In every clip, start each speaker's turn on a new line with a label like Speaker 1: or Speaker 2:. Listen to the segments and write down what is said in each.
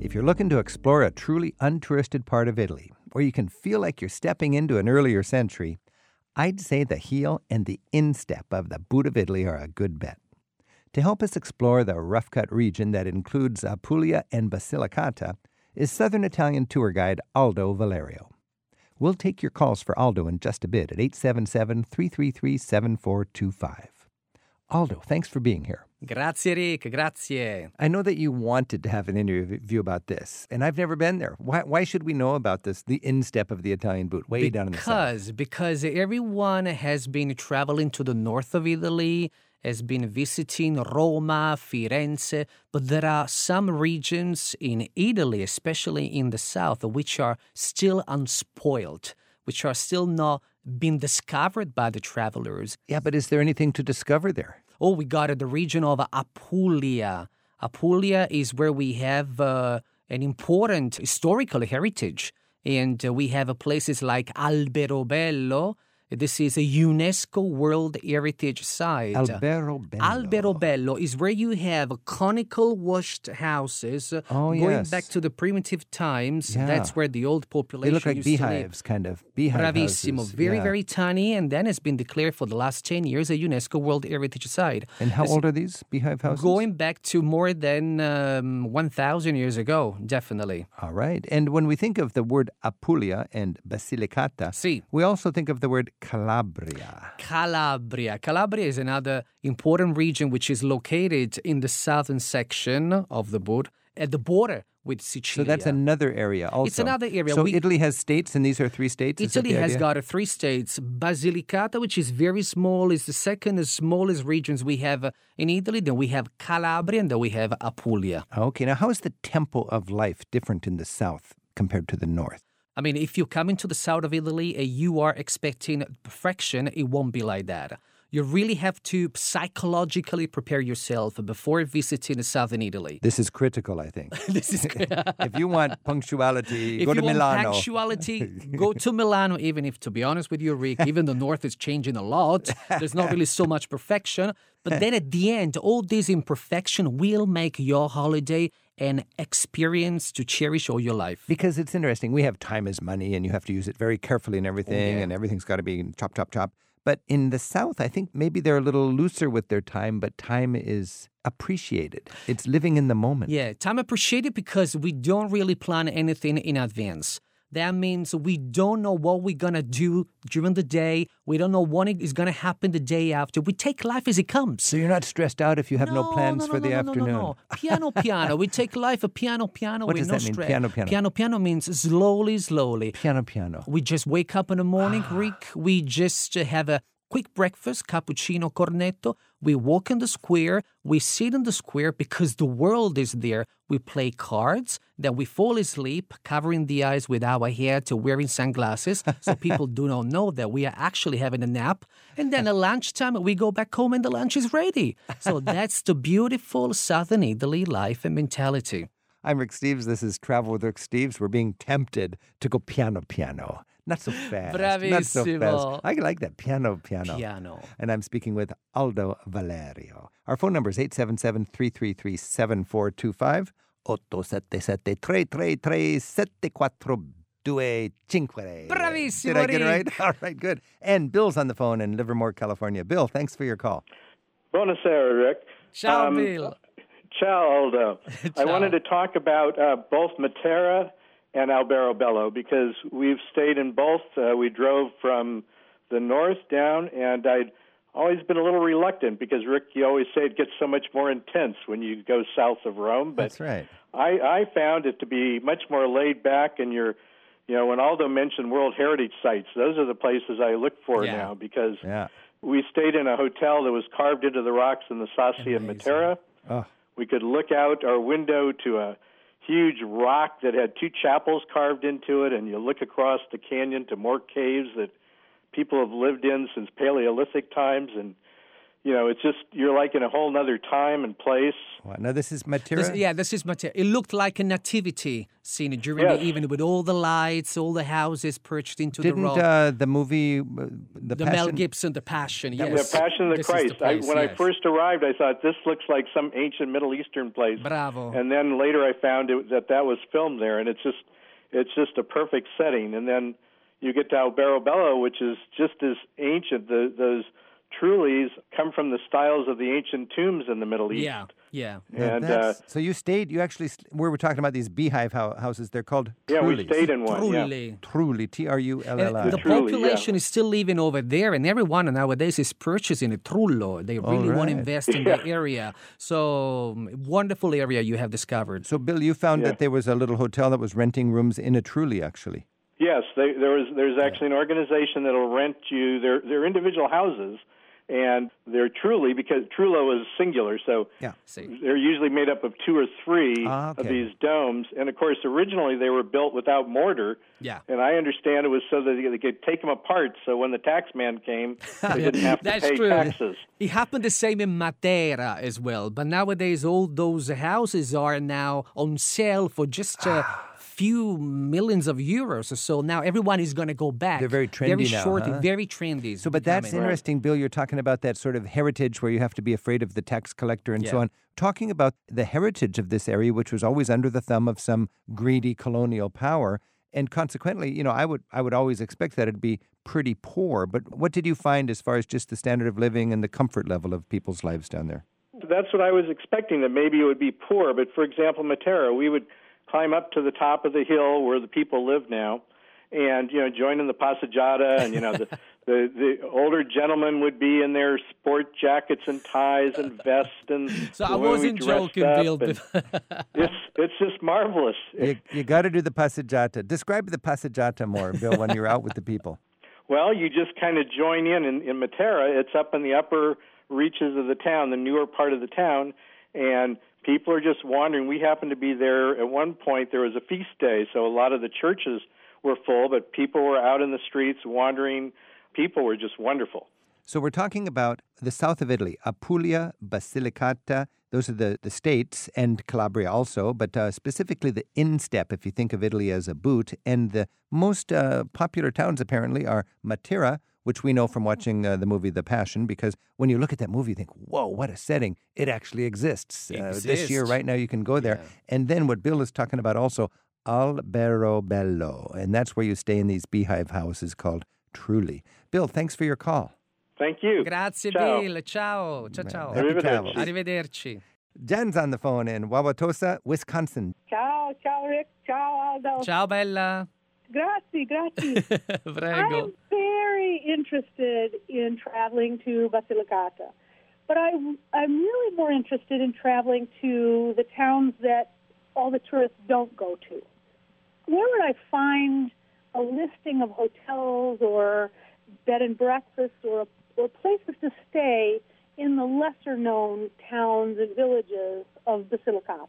Speaker 1: If you're looking to explore a truly untouristed part of Italy, where you can feel like you're stepping into an earlier century, I'd say the heel and the instep of the boot of Italy are a good bet. To help us explore the rough cut region that includes Apulia and Basilicata is Southern Italian tour guide Aldo Valerio. We'll take your calls for Aldo in just a bit at 877 333 7425. Aldo, thanks for being here.
Speaker 2: Grazie, Rick. Grazie.
Speaker 1: I know that you wanted to have an interview about this, and I've never been there. Why, why should we know about this, the instep of the Italian boot, way
Speaker 2: because,
Speaker 1: down in the south?
Speaker 2: Because everyone has been traveling to the north of Italy, has been visiting Roma, Firenze, but there are some regions in Italy, especially in the south, which are still unspoiled, which are still not being discovered by the travelers.
Speaker 1: Yeah, but is there anything to discover there?
Speaker 2: oh, we got the region of Apulia. Apulia is where we have uh, an important historical heritage. And uh, we have places like Alberobello. This is a UNESCO World Heritage Site.
Speaker 1: Alberobello.
Speaker 2: Alberobello is where you have conical washed houses uh,
Speaker 1: Oh,
Speaker 2: going
Speaker 1: yes.
Speaker 2: back to the primitive times.
Speaker 1: Yeah.
Speaker 2: That's where the old
Speaker 1: They
Speaker 2: population
Speaker 1: look like
Speaker 2: used to live.
Speaker 1: beehives, kind of. Beehive
Speaker 2: Bravissimo.
Speaker 1: houses.
Speaker 2: Very,
Speaker 1: Yeah.
Speaker 2: very tiny. And then it's been declared for the last 10 years a UNESCO World Heritage Site.
Speaker 1: And how
Speaker 2: This-
Speaker 1: old are these beehive houses?
Speaker 2: Going back to more than um, 1,000 years ago, definitely.
Speaker 1: All right. And when we think of the word Apulia and Basilicata,
Speaker 2: See,
Speaker 1: we also think of the word Calabria.
Speaker 2: Calabria. Calabria is another important region which is located in the southern section of the board, at the border with
Speaker 1: So
Speaker 2: Sicily.
Speaker 1: that's another area also.
Speaker 2: another area.
Speaker 1: So
Speaker 2: We-
Speaker 1: Italy has states, and these are three states. Is that
Speaker 2: Italy
Speaker 1: the
Speaker 2: has
Speaker 1: idea?
Speaker 2: got uh, three states. Basilicata, which is very small, is the second smallest regions we have uh, in Italy. Then we have Calabria, and then we have Apulia.
Speaker 1: Okay. Now, how is the tempo of life different in the south compared to the north?
Speaker 2: I mean, if you come into the south of Italy and you are expecting perfection, it won't be like that. You really have to psychologically prepare yourself before visiting southern Italy.
Speaker 1: This is critical, I think.
Speaker 2: This is good.
Speaker 1: if you want punctuality,
Speaker 2: if
Speaker 1: go
Speaker 2: you
Speaker 1: to
Speaker 2: want
Speaker 1: Milano.
Speaker 2: actuality, go to Milano. Even if, to be honest with you, Rick, even the north is changing a lot. There's not really so much perfection. But then at the end, all this imperfection will make your holiday an experience to cherish all your life.
Speaker 1: Because it's interesting. We have time is money and you have to use it very carefully and everything,
Speaker 2: yeah.
Speaker 1: and everything's got to be chop, chop, chop. But in the South, I think maybe they're a little looser with their time, but time is appreciated. It's living in the moment.
Speaker 2: Yeah, time appreciated because we don't really plan anything in advance. That means we don't know what we're gonna do during the day. We don't know what is gonna happen the day after. We take life as it comes.
Speaker 1: So you're not stressed out if you have no, plans
Speaker 2: no,
Speaker 1: for the
Speaker 2: no, no, no, no,
Speaker 1: afternoon.
Speaker 2: No, no. Piano, piano. We take life a piano, piano.
Speaker 1: What
Speaker 2: with
Speaker 1: does
Speaker 2: no
Speaker 1: that mean?
Speaker 2: stress.
Speaker 1: Piano, piano.
Speaker 2: Piano, piano means slowly, slowly.
Speaker 1: Piano, piano.
Speaker 2: We just wake up in the morning, Rick. We just uh, have a quick breakfast, cappuccino, cornetto. We walk in the square. We sit in the square because the world is there. We play cards. Then we fall asleep, covering the eyes with our hair to wearing sunglasses so people do not know that we are actually having a nap. And then at lunchtime, we go back home and the lunch is ready. So that's the beautiful Southern Italy life and mentality.
Speaker 1: I'm Rick Steves. This is Travel with Rick Steves. We're being tempted to go piano, piano. Not so fast. Not so
Speaker 2: Bravissimo.
Speaker 1: fast. I like that piano, piano.
Speaker 2: Piano.
Speaker 1: And I'm speaking with Aldo Valerio. Our phone number is 877 333 7425. 877-333-7425. Did I
Speaker 2: Bravissimo,
Speaker 1: get it
Speaker 2: Rick.
Speaker 1: right? All right, good. And Bill's on the phone in Livermore, California. Bill, thanks for your call.
Speaker 3: Buonasera, Rick.
Speaker 2: Ciao,
Speaker 3: Um,
Speaker 2: Bill.
Speaker 3: Ciao, Aldo. I
Speaker 2: Ciao.
Speaker 3: wanted to talk about uh, both Matera and Alberobello because we've stayed in both. Uh, we drove from the north down, and I'd always been a little reluctant because, Rick, you always say it gets so much more intense when you go south of Rome. But
Speaker 1: That's right.
Speaker 3: I, I found it to be much more laid back, and you're, you know, when Aldo mentioned World Heritage sites, those are the places I look for
Speaker 2: Yeah.
Speaker 3: now because
Speaker 1: Yeah.
Speaker 3: we stayed in a hotel that was carved into the rocks in the Sassi of Matera.
Speaker 2: Ah.
Speaker 1: Oh.
Speaker 3: We could look out our window to a huge rock that had two chapels carved into it, and you look across the canyon to more caves that people have lived in since Paleolithic times. And you know, it's just you're like in a whole nother time and place.
Speaker 1: Wow. Now, this is Matera.
Speaker 2: This, yeah, this is Matera. It looked like a nativity scene during
Speaker 3: Yes.
Speaker 2: the evening with all the lights, all the houses perched into
Speaker 1: Didn't
Speaker 2: the road.
Speaker 1: uh, the movie, uh, the,
Speaker 2: the
Speaker 1: Passion,
Speaker 2: Mel Gibson, The Passion, yes.
Speaker 3: The Passion of the
Speaker 2: This is
Speaker 3: Christ.
Speaker 2: place,
Speaker 3: I, when I
Speaker 2: yes.
Speaker 3: first arrived, I thought this looks like some ancient Middle Eastern place.
Speaker 2: Bravo.
Speaker 3: And then later, I found it, that that was filmed there, and it's just it's just a perfect setting. And then you get to Alberobello, which is just as ancient. The, those Trulies come from the styles of the ancient tombs in the Middle East.
Speaker 2: Yeah, yeah.
Speaker 1: Now
Speaker 3: And, uh,
Speaker 1: that's- so you stayed. You actually st- we were talking about these beehive hou- houses. They're called
Speaker 3: Yeah, we
Speaker 1: Trulis.
Speaker 3: stayed in one. yeah.
Speaker 2: Truly.
Speaker 1: Truly, T R U L L
Speaker 2: And the
Speaker 1: I.
Speaker 3: Trulli, yeah.
Speaker 2: population is still living over there, and everyone nowadays is purchasing a trullo. They really want to
Speaker 1: right.
Speaker 2: invest in the area. So, um, wonderful area you have discovered.
Speaker 1: So, Bill, you found
Speaker 3: Yeah.
Speaker 1: that there was a little hotel that was renting rooms in a Truly, actually.
Speaker 3: Yes, they, there is. There's actually an organization that'll rent you their their individual houses, and they're truly because Trullo is singular, so
Speaker 1: Yeah.
Speaker 2: See.
Speaker 3: they're usually made up of two or three
Speaker 1: Ah,
Speaker 3: of
Speaker 1: okay.
Speaker 3: these domes. And of course, originally they were built without mortar.
Speaker 2: Yeah.
Speaker 3: And I understand it was so that they could take them apart, so when the tax man came, they didn't have to
Speaker 2: That's
Speaker 3: pay
Speaker 2: true.
Speaker 3: taxes.
Speaker 2: It happened the same in Madeira as well, but nowadays all those houses are now on sale for just a few millions of euros or so. Now everyone is going to go back.
Speaker 1: They're very
Speaker 2: very
Speaker 1: trendy now,
Speaker 2: short,
Speaker 1: huh?
Speaker 2: and very trendy.
Speaker 1: So, but that's
Speaker 2: becoming.
Speaker 1: interesting, Bill. You're talking about that sort of heritage where you have to be afraid of the tax collector and so
Speaker 2: Yeah.
Speaker 1: on. Talking about the heritage of this area, which was always under the thumb of some greedy colonial power, and consequently, you know, I would I would always expect that it'd be pretty poor. But what did you find as far as just the standard of living and the comfort level of people's lives down there?
Speaker 3: That's what I was expecting, that maybe it would be poor. But for example, Matera, we would climb up to the top of the hill where the people live now and, you know, join in the pasajada. And, you know, the, the, the older gentlemen would be in their sport jackets and ties and vests. And
Speaker 2: So I
Speaker 3: the way we
Speaker 2: wasn't
Speaker 3: dressed
Speaker 2: joking,
Speaker 3: up,
Speaker 2: Bill.
Speaker 3: and It's, it's just marvelous.
Speaker 1: You, you got to do the passeggiata. Describe the passeggiata more, Bill, when you're out with the people.
Speaker 3: Well, you just kind of join in. in in Matera. It's up in the upper reaches of the town, the newer part of the town, and people are just wandering. We happened to be there at one point. There was a feast day, so a lot of the churches were full, but people were out in the streets wandering. People were just wonderful.
Speaker 1: So we're talking about the south of Italy, Apulia, Basilicata, those are the, the states, and Calabria also, but uh, specifically the instep, if you think of Italy as a boot. And the most uh, popular towns, apparently, are Matera, which we know from watching uh, the movie The Passion, because when you look at that movie, you think, whoa, what a setting. It actually exists. Uh, this year,
Speaker 2: Exists.
Speaker 1: right now, you can go there. And then what Bill is talking about also, Alberobello, and that's where you stay in these beehive houses called Truly. Bill, thanks for your call.
Speaker 3: Thank you.
Speaker 2: Grazie,
Speaker 3: Ciao.
Speaker 2: Bill. Ciao, ciao, ciao.
Speaker 1: Happy
Speaker 3: Arrivederci.
Speaker 1: travels.
Speaker 2: Oh. Arrivederci.
Speaker 1: Jen's on the phone in Wauwatosa, Wisconsin.
Speaker 4: Ciao, ciao Rick, ciao Aldo.
Speaker 2: Ciao, Bella.
Speaker 4: Grazie, grazie. I'm
Speaker 2: Prego.
Speaker 4: very interested in traveling to Basilicata, but I, I'm really more interested in traveling to the towns that all the tourists don't go to. Where would I find a listing of hotels or bed and breakfasts or, or places to stay in the lesser known towns and villages of Basilicata?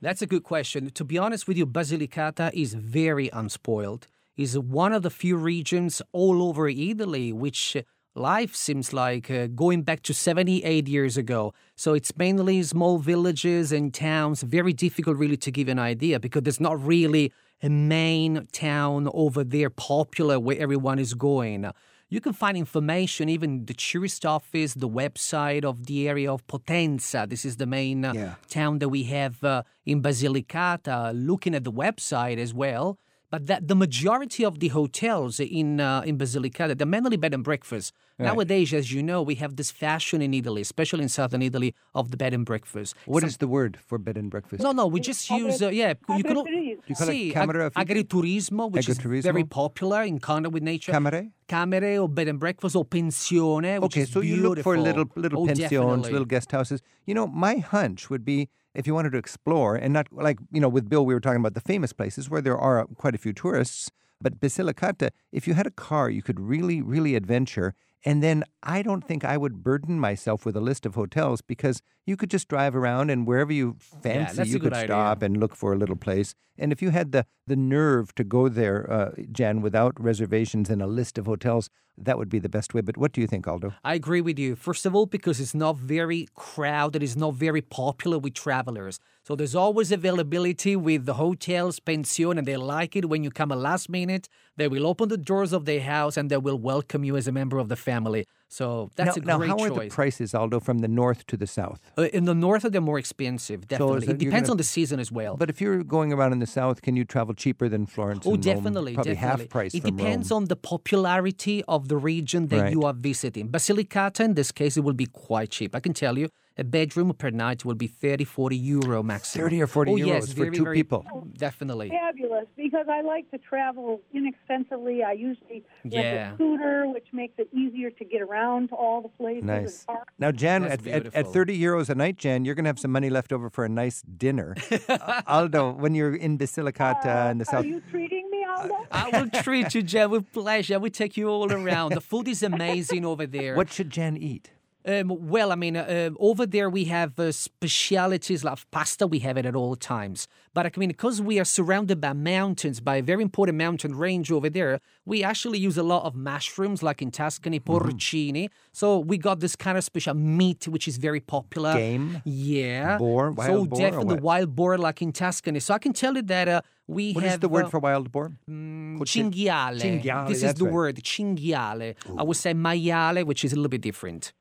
Speaker 2: That's a good question. To be honest with you, Basilicata is very unspoiled. Is one of the few regions all over Italy which uh, life seems like uh, going back to 78 years ago. So it's mainly small villages and towns. Very difficult really to give an idea because there's not really a main town over there popular where everyone is going. You can find information, even the tourist office, the website of the area of Potenza. This is the main uh,
Speaker 1: Yeah.
Speaker 2: town that we have uh, in Basilicata. Looking at the website as well, but that the majority of the hotels in uh, in Basilicata they're mainly bed and breakfast. Nowadays, as you know, we have this fashion in Italy, especially in southern Italy, of the bed and breakfast.
Speaker 1: What is the word for bed and breakfast?
Speaker 2: No, no, we just use uh, yeah. al-
Speaker 4: agriturismo.
Speaker 1: You call it
Speaker 2: see,
Speaker 1: camera
Speaker 2: ag-
Speaker 1: affitti?
Speaker 2: agriturismo, which
Speaker 1: Agriturismo?
Speaker 2: is very popular in contact with nature.
Speaker 1: Camere?
Speaker 2: camere or bed and breakfast or pensione. Which
Speaker 1: Okay,
Speaker 2: is
Speaker 1: so you look for
Speaker 2: beautiful.
Speaker 1: little little
Speaker 2: oh,
Speaker 1: pensions,
Speaker 2: definitely.
Speaker 1: little guest houses. You know, my hunch would be if you wanted to explore and not like you know with Bill we were talking about the famous places where there are quite a few tourists, but Basilicata, if you had a car, you could really really adventure And then I don't think I would burden myself with a list of hotels because you could just drive around and wherever you fancy,
Speaker 2: that's a
Speaker 1: you
Speaker 2: good
Speaker 1: could
Speaker 2: idea.
Speaker 1: stop and look for a little place. And if you had the, the nerve to go there, uh, Jan, without reservations and a list of hotels, that would be the best way. But what do you think, Aldo?
Speaker 2: I agree with you. First of all, because it's not very crowded, it's not very popular with travelers. So there's always availability with the hotels, pension, and they like it when you come a last minute. They will open the doors of their house and they will welcome you as a member of the family. So that's
Speaker 1: now,
Speaker 2: a
Speaker 1: now,
Speaker 2: great
Speaker 1: how are the
Speaker 2: choice.
Speaker 1: prices, Aldo, from the north to the south?
Speaker 2: Uh, in the north, they're more expensive. Definitely,
Speaker 1: that
Speaker 2: it
Speaker 1: you're
Speaker 2: depends
Speaker 1: gonna-
Speaker 2: on the season as well.
Speaker 1: But if you're going around in the south, can you travel cheaper than Florence?
Speaker 2: Oh,
Speaker 1: and Rome?
Speaker 2: definitely,
Speaker 1: Probably
Speaker 2: definitely.
Speaker 1: half price
Speaker 2: It
Speaker 1: from
Speaker 2: depends
Speaker 1: Rome.
Speaker 2: on the popularity of the region that
Speaker 1: Right.
Speaker 2: you are visiting. Basilicata, in this case, it will be quite cheap. I can tell you, a bedroom per night will be 30, 40 euro maximum.
Speaker 1: 30 or 40
Speaker 2: oh,
Speaker 1: euros
Speaker 2: yes,
Speaker 1: for
Speaker 2: very,
Speaker 1: two
Speaker 2: very-
Speaker 1: people.
Speaker 2: Definitely.
Speaker 4: Fabulous, because I like to travel inexpensively. I usually
Speaker 2: Yeah.
Speaker 4: rent a scooter, which makes it easier to get around to all the places
Speaker 1: Nice.
Speaker 4: and parks.
Speaker 1: Now, Jan,
Speaker 2: That's
Speaker 1: at, at, at
Speaker 2: beautiful.
Speaker 1: 30 euros a night, Jan, you're going to have some money left over for a nice dinner. Uh, Aldo, when you're in Basilicata in the
Speaker 4: Uh, Are
Speaker 1: south,
Speaker 4: you treating me, Aldo?
Speaker 2: I will treat you, Jen, with pleasure. I will take you all around. The food is amazing over there.
Speaker 1: what should Jan eat?
Speaker 2: Um, well, I mean, uh, um, over there we have uh, specialities like pasta. We have it at all times. But I mean, because we are surrounded by mountains, by a very important mountain range over there, we actually use a lot of mushrooms, like in Tuscany,
Speaker 1: Mm-hmm.
Speaker 2: porcini. So we got this kind of special meat, which is very popular.
Speaker 1: Game?
Speaker 2: Yeah.
Speaker 1: Boar?
Speaker 2: so
Speaker 1: Wild boar or
Speaker 2: definitely
Speaker 1: what?
Speaker 2: wild boar, like in Tuscany. So I can tell you that uh, we
Speaker 1: What
Speaker 2: have
Speaker 1: is the word
Speaker 2: uh,
Speaker 1: for wild boar? Cochino.
Speaker 2: cinghiale.
Speaker 1: Cinghiale,
Speaker 2: This is
Speaker 1: that's
Speaker 2: the
Speaker 1: right.
Speaker 2: word cinghiale. I would say maiale, which is a little bit different.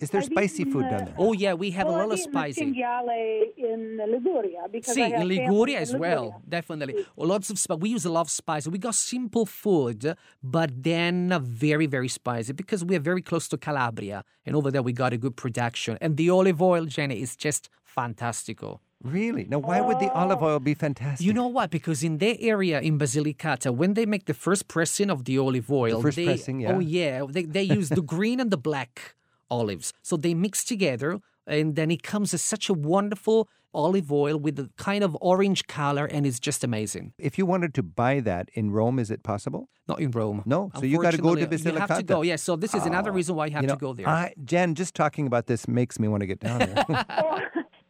Speaker 1: Is there
Speaker 4: I've
Speaker 1: spicy
Speaker 4: eaten,
Speaker 1: food
Speaker 4: uh,
Speaker 1: down there?
Speaker 2: Oh yeah, we have
Speaker 4: well,
Speaker 2: a
Speaker 4: I've
Speaker 2: lot of
Speaker 4: eaten
Speaker 2: spicy.
Speaker 4: cinghiale in Liguria because I
Speaker 2: See,
Speaker 4: have
Speaker 2: in
Speaker 4: family
Speaker 2: Liguria
Speaker 4: in
Speaker 2: as well,
Speaker 4: Liguria.
Speaker 2: definitely. Oh, lots of spice. We use a lot of spice. We got simple food, but then very, very spicy because we are very close to Calabria, and over there we got a good production. And the olive oil, Jenny, is just fantastical.
Speaker 1: Really? Now, why would the olive oil be fantastic?
Speaker 2: You know what? Because in their area in Basilicata, when they make the first pressing of the olive oil,
Speaker 1: first
Speaker 2: they,
Speaker 1: pressing,
Speaker 2: oh
Speaker 1: yeah.
Speaker 2: yeah, they, they use the green and the black olives. So they mix together, and then it comes as such a wonderful olive oil with a kind of orange color, and it's just amazing.
Speaker 1: if you wanted to buy that in Rome, is it possible?
Speaker 2: Not in Rome.
Speaker 1: No, so you gotta go to
Speaker 2: unfortunately. You have to
Speaker 1: Basilicata. Ah.
Speaker 2: go. Yeah. So this is another reason why you have
Speaker 1: you know,
Speaker 2: to go there.
Speaker 1: I, Jan, just talking about this makes me want to get down there.
Speaker 4: Oh,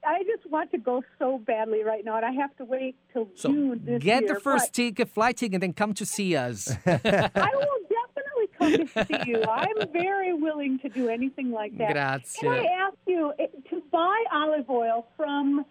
Speaker 4: I just want to go so badly right now, and I have to wait till
Speaker 2: so
Speaker 4: June this
Speaker 2: get
Speaker 4: year.
Speaker 2: the first ticket, flight ticket, and then come to see us.
Speaker 4: but I will definitely come to see you. I'm very willing to do anything like that.
Speaker 2: Grazie.
Speaker 4: Can I ask you eh, to buy olive oil from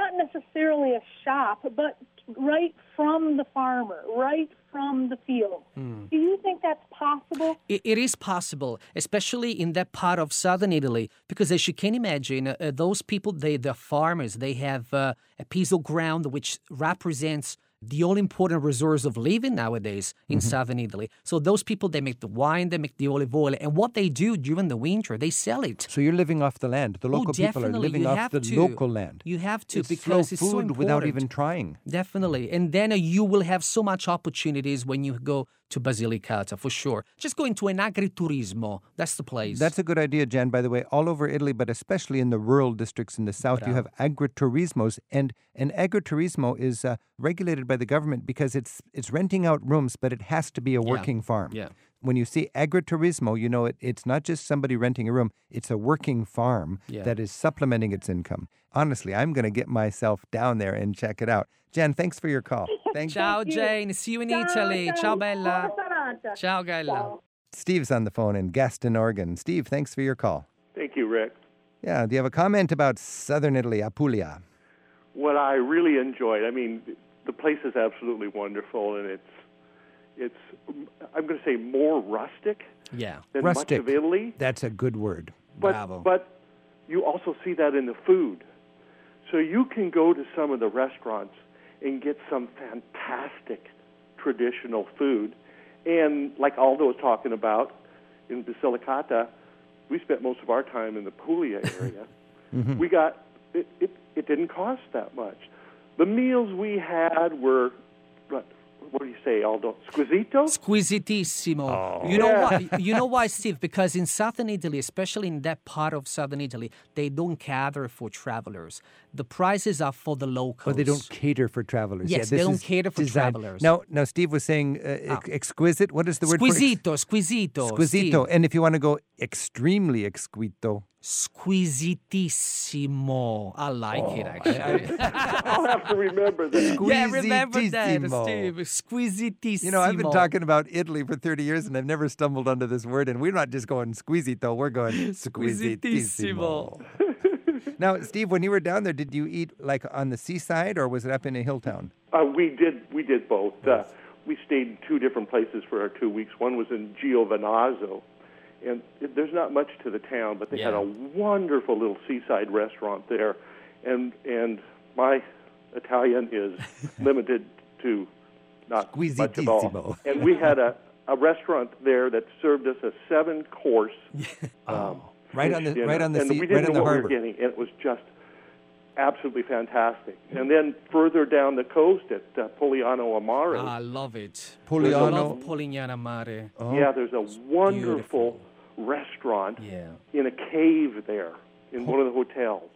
Speaker 4: not necessarily a shop, but right from the farmer, right from the field?
Speaker 2: Hmm.
Speaker 4: Do you think that's possible?
Speaker 2: It, it is possible, especially in that part of southern Italy, because as you can imagine, uh, uh, those people, they, they're farmers. They have uh, a piece of ground which represents the all important resource of living nowadays in
Speaker 1: Mm-hmm.
Speaker 2: southern Italy. So those people, they make the wine, they make the olive oil, and what they do during the winter, they sell it.
Speaker 1: so you're living off the land. The
Speaker 2: Oh,
Speaker 1: local people are
Speaker 2: definitely,
Speaker 1: living
Speaker 2: you
Speaker 1: off
Speaker 2: have
Speaker 1: the
Speaker 2: to.
Speaker 1: local land.
Speaker 2: You have to
Speaker 1: it's
Speaker 2: because
Speaker 1: slow
Speaker 2: it's
Speaker 1: food
Speaker 2: so important.
Speaker 1: without even trying.
Speaker 2: Definitely. And then uh, you will have so much opportunities when you go to Basilicata, for sure. Just go into an agriturismo. That's the place.
Speaker 1: That's a good idea, Jan, by the way. All over Italy, but especially in the rural districts in the south, you have agriturismos. And, and agriturismo is uh, regulated by the government because it's, it's renting out rooms, but it has to be a working farm.
Speaker 2: yeah.
Speaker 1: When you see agriturismo, you know it, it's not just somebody renting a room, it's a working farm
Speaker 2: Yeah.
Speaker 1: that is supplementing its income. Honestly, I'm going to get myself down there and check it out. Jan, thanks for your call. Thanks.
Speaker 2: Ciao
Speaker 4: you.
Speaker 2: Jane, see you in
Speaker 4: Ciao,
Speaker 2: Italy. Ciao,
Speaker 4: ciao.
Speaker 2: bella.
Speaker 4: Buona serata.
Speaker 2: Ciao Gaella.
Speaker 4: Ciao.
Speaker 1: Steve's on the phone in Gaston, Oregon. Steve, thanks for your call.
Speaker 3: Thank you, Rick.
Speaker 1: Yeah, do you have a comment about southern Italy, Apulia?
Speaker 3: What I really enjoyed, I mean, the place is absolutely wonderful, and it's it's I'm going to say more rustic
Speaker 2: Yeah.
Speaker 3: than
Speaker 1: Rustic.
Speaker 3: much of Italy.
Speaker 1: That's a good word.
Speaker 3: But,
Speaker 2: Bravo.
Speaker 3: but you also see that in the food. So you can go to some of the restaurants and get some fantastic traditional food. And like Aldo was talking about in Basilicata, we spent most of our time in the Puglia area. We got it, it. It didn't cost that much. The meals we had were what, what do you say, Aldo? Squisito?
Speaker 1: Oh.
Speaker 2: Squisitissimo. You know why? You know why, Steve? Because in southern Italy, especially in that part of southern Italy, they don't gather for travelers. The prices are for the locals.
Speaker 1: Well, they don't cater for travelers.
Speaker 2: Yes, they
Speaker 1: this
Speaker 2: don't
Speaker 1: is
Speaker 2: cater for
Speaker 1: designed-
Speaker 2: travelers. Ah.
Speaker 1: No, no. Steve was saying uh, ex- exquisite. What is the word? for ex-
Speaker 2: Squisito, squisito,
Speaker 1: Squisito. And if you want to go extremely exquisito,
Speaker 2: Steve. Squisitissimo. I like
Speaker 1: Oh,
Speaker 2: it actually.
Speaker 3: I'll have to remember that.
Speaker 2: yeah, remember that,
Speaker 1: Squisitissimo.
Speaker 2: Steve. Squisitissimo.
Speaker 1: you know, I've been talking about Italy for 30 years and I've never stumbled onto this word. And we're not just going squisito, we're going squisitissimo.
Speaker 2: Squisitissimo.
Speaker 1: now, Steve, when you were down there, did you eat like on the seaside or was it up in a hill town?
Speaker 3: Uh, we did. We did both. Uh, we stayed in two different places for our two weeks. One was in Giovanazzo, and it, there's not much to the town, but they had
Speaker 2: Yeah.
Speaker 3: a wonderful little seaside restaurant there, and and my Italian is limited to not much at all.
Speaker 1: Squisitissimo.
Speaker 3: And we had a a restaurant there that served us a seven course
Speaker 1: Right
Speaker 3: fish
Speaker 1: on the
Speaker 3: dinner.
Speaker 1: right on the
Speaker 3: and
Speaker 1: sea,
Speaker 3: we
Speaker 1: right
Speaker 3: didn't
Speaker 1: on
Speaker 3: know
Speaker 1: the
Speaker 3: what
Speaker 1: harbor.
Speaker 3: we were getting, and it was just absolutely fantastic. And then further down the coast at uh, Poliano Amaro,
Speaker 2: I love it. I
Speaker 1: Poliano.
Speaker 2: love Polignano Mare.
Speaker 1: Oh,
Speaker 3: yeah, there's a wonderful
Speaker 2: beautiful.
Speaker 3: restaurant
Speaker 2: Yeah.
Speaker 3: in a cave there in one of the hotels.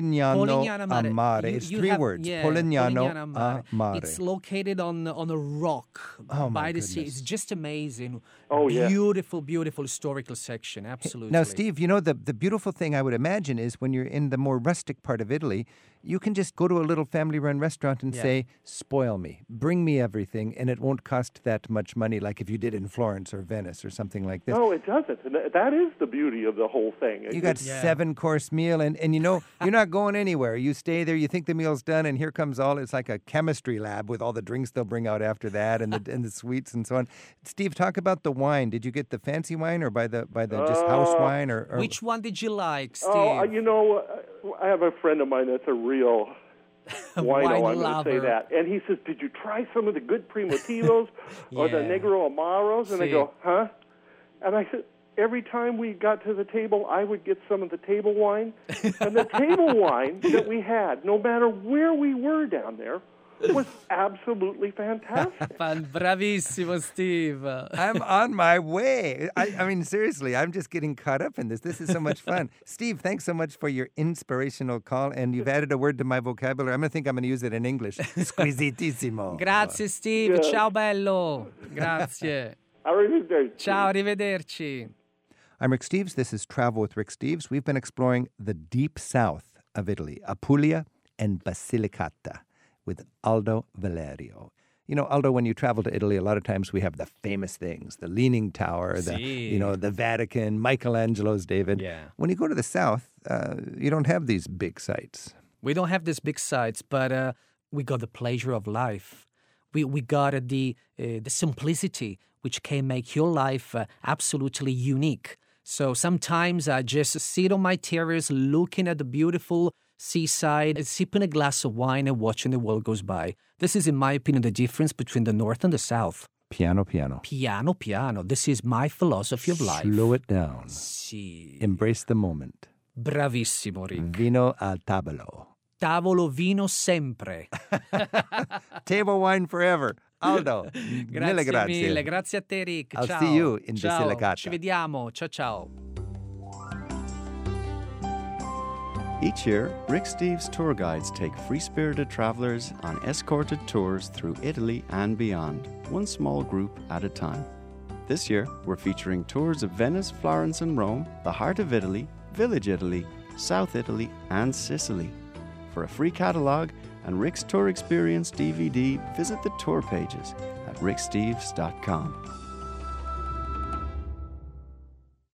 Speaker 1: Polignano
Speaker 2: Polignano
Speaker 1: a mare.
Speaker 2: You-
Speaker 1: it's
Speaker 2: you
Speaker 1: three
Speaker 2: have-
Speaker 1: words.
Speaker 2: yeah,
Speaker 1: Polignano,
Speaker 2: Polignano
Speaker 1: a mare.
Speaker 2: It's located on on a rock
Speaker 1: Oh, my
Speaker 2: by the sea.
Speaker 1: goodness.
Speaker 2: It's just amazing.
Speaker 3: Oh, yeah.
Speaker 2: beautiful, beautiful historical section. Absolutely.
Speaker 1: Now, Steve, you know, the, the beautiful thing I would imagine is when you're in the more rustic part of Italy, you can just go to a little family run restaurant and
Speaker 2: Yeah.
Speaker 1: say, spoil me, bring me everything, and it won't cost that much money like if you did in Florence or Venice or something like this.
Speaker 3: No, it doesn't. And th- that is the beauty of the whole thing. It-
Speaker 1: You got
Speaker 2: Yeah.
Speaker 1: seven course meal, and, and you know, you're not going anywhere. You stay there, you think the meal's done, and here comes all it's like a chemistry lab with all the drinks they'll bring out after that and the, and the sweets and so on. Steve, talk about the wine. Did you get the fancy wine or by the by the just house wine or, or
Speaker 2: Uh, which one did you like, Steve?
Speaker 3: Oh, uh, you know, uh, I have a friend of mine that's a real wino. I'm going to
Speaker 2: lover.
Speaker 3: say that, and he says, "Did you try some of the good primotivos or the
Speaker 2: Yeah.
Speaker 3: negro amaros?" And I
Speaker 2: See.
Speaker 3: go, "Huh?" And I said, "Every time we got to the table, I would get some of the table wine, and the table wine that we had, no matter where we were down there, was absolutely fantastic."
Speaker 2: Fan- Bravissimo, Steve.
Speaker 1: I'm on my way. I, I mean, seriously, I'm just getting caught up in this. This is so much fun. Steve, thanks so much for your inspirational call, and you've added a word to my vocabulary. I'm gonna think I'm gonna use it in English. Squisitissimo.
Speaker 2: Grazie, Steve.
Speaker 3: Yeah.
Speaker 2: Ciao, bello. Grazie.
Speaker 3: I remember
Speaker 2: Ciao, arrivederci.
Speaker 1: I'm Rick Steves. This is Travel with Rick Steves. We've been exploring the deep south of Italy, Apulia and Basilicata, with Aldo Valerio. You know, Aldo, when you travel to Italy, a lot of times we have the famous things, the Leaning Tower, the you
Speaker 2: Si.
Speaker 1: know, the Vatican, Michelangelo's David.
Speaker 2: Yeah.
Speaker 1: When you go to the south, uh, you don't have these big sites.
Speaker 2: We don't have these big sites, but uh, we got the pleasure of life. We we got uh, the uh, the simplicity which can make your life uh, absolutely unique. So sometimes I just sit on my terrace, looking at the beautiful seaside, and sipping a glass of wine and watching the world goes by. This is, in my opinion, the difference between the north and the south.
Speaker 1: Piano, piano.
Speaker 2: Piano, piano. This is my philosophy of life.
Speaker 1: Slow it down.
Speaker 2: Si.
Speaker 1: Embrace the moment.
Speaker 2: Bravissimo, Rick.
Speaker 1: Vino al tavolo.
Speaker 2: Tavolo vino sempre.
Speaker 1: Table wine forever. Aldo,
Speaker 2: Grazie
Speaker 1: mille grazie.
Speaker 2: mille, grazie a te Rick.
Speaker 1: I'll
Speaker 2: ciao.
Speaker 1: see you in
Speaker 2: ciao.
Speaker 1: Basilicata.
Speaker 2: Ci vediamo, ciao ciao.
Speaker 5: Each year, Rick Steves tour guides take free spirited travelers on escorted tours through Italy and beyond, one small group at a time. This year, we're featuring tours of Venice, Florence, and Rome, the heart of Italy, Village Italy, South Italy, and Sicily. For a free catalog and Rick's Tour Experience DVD, visit the tour pages at ricksteves.com.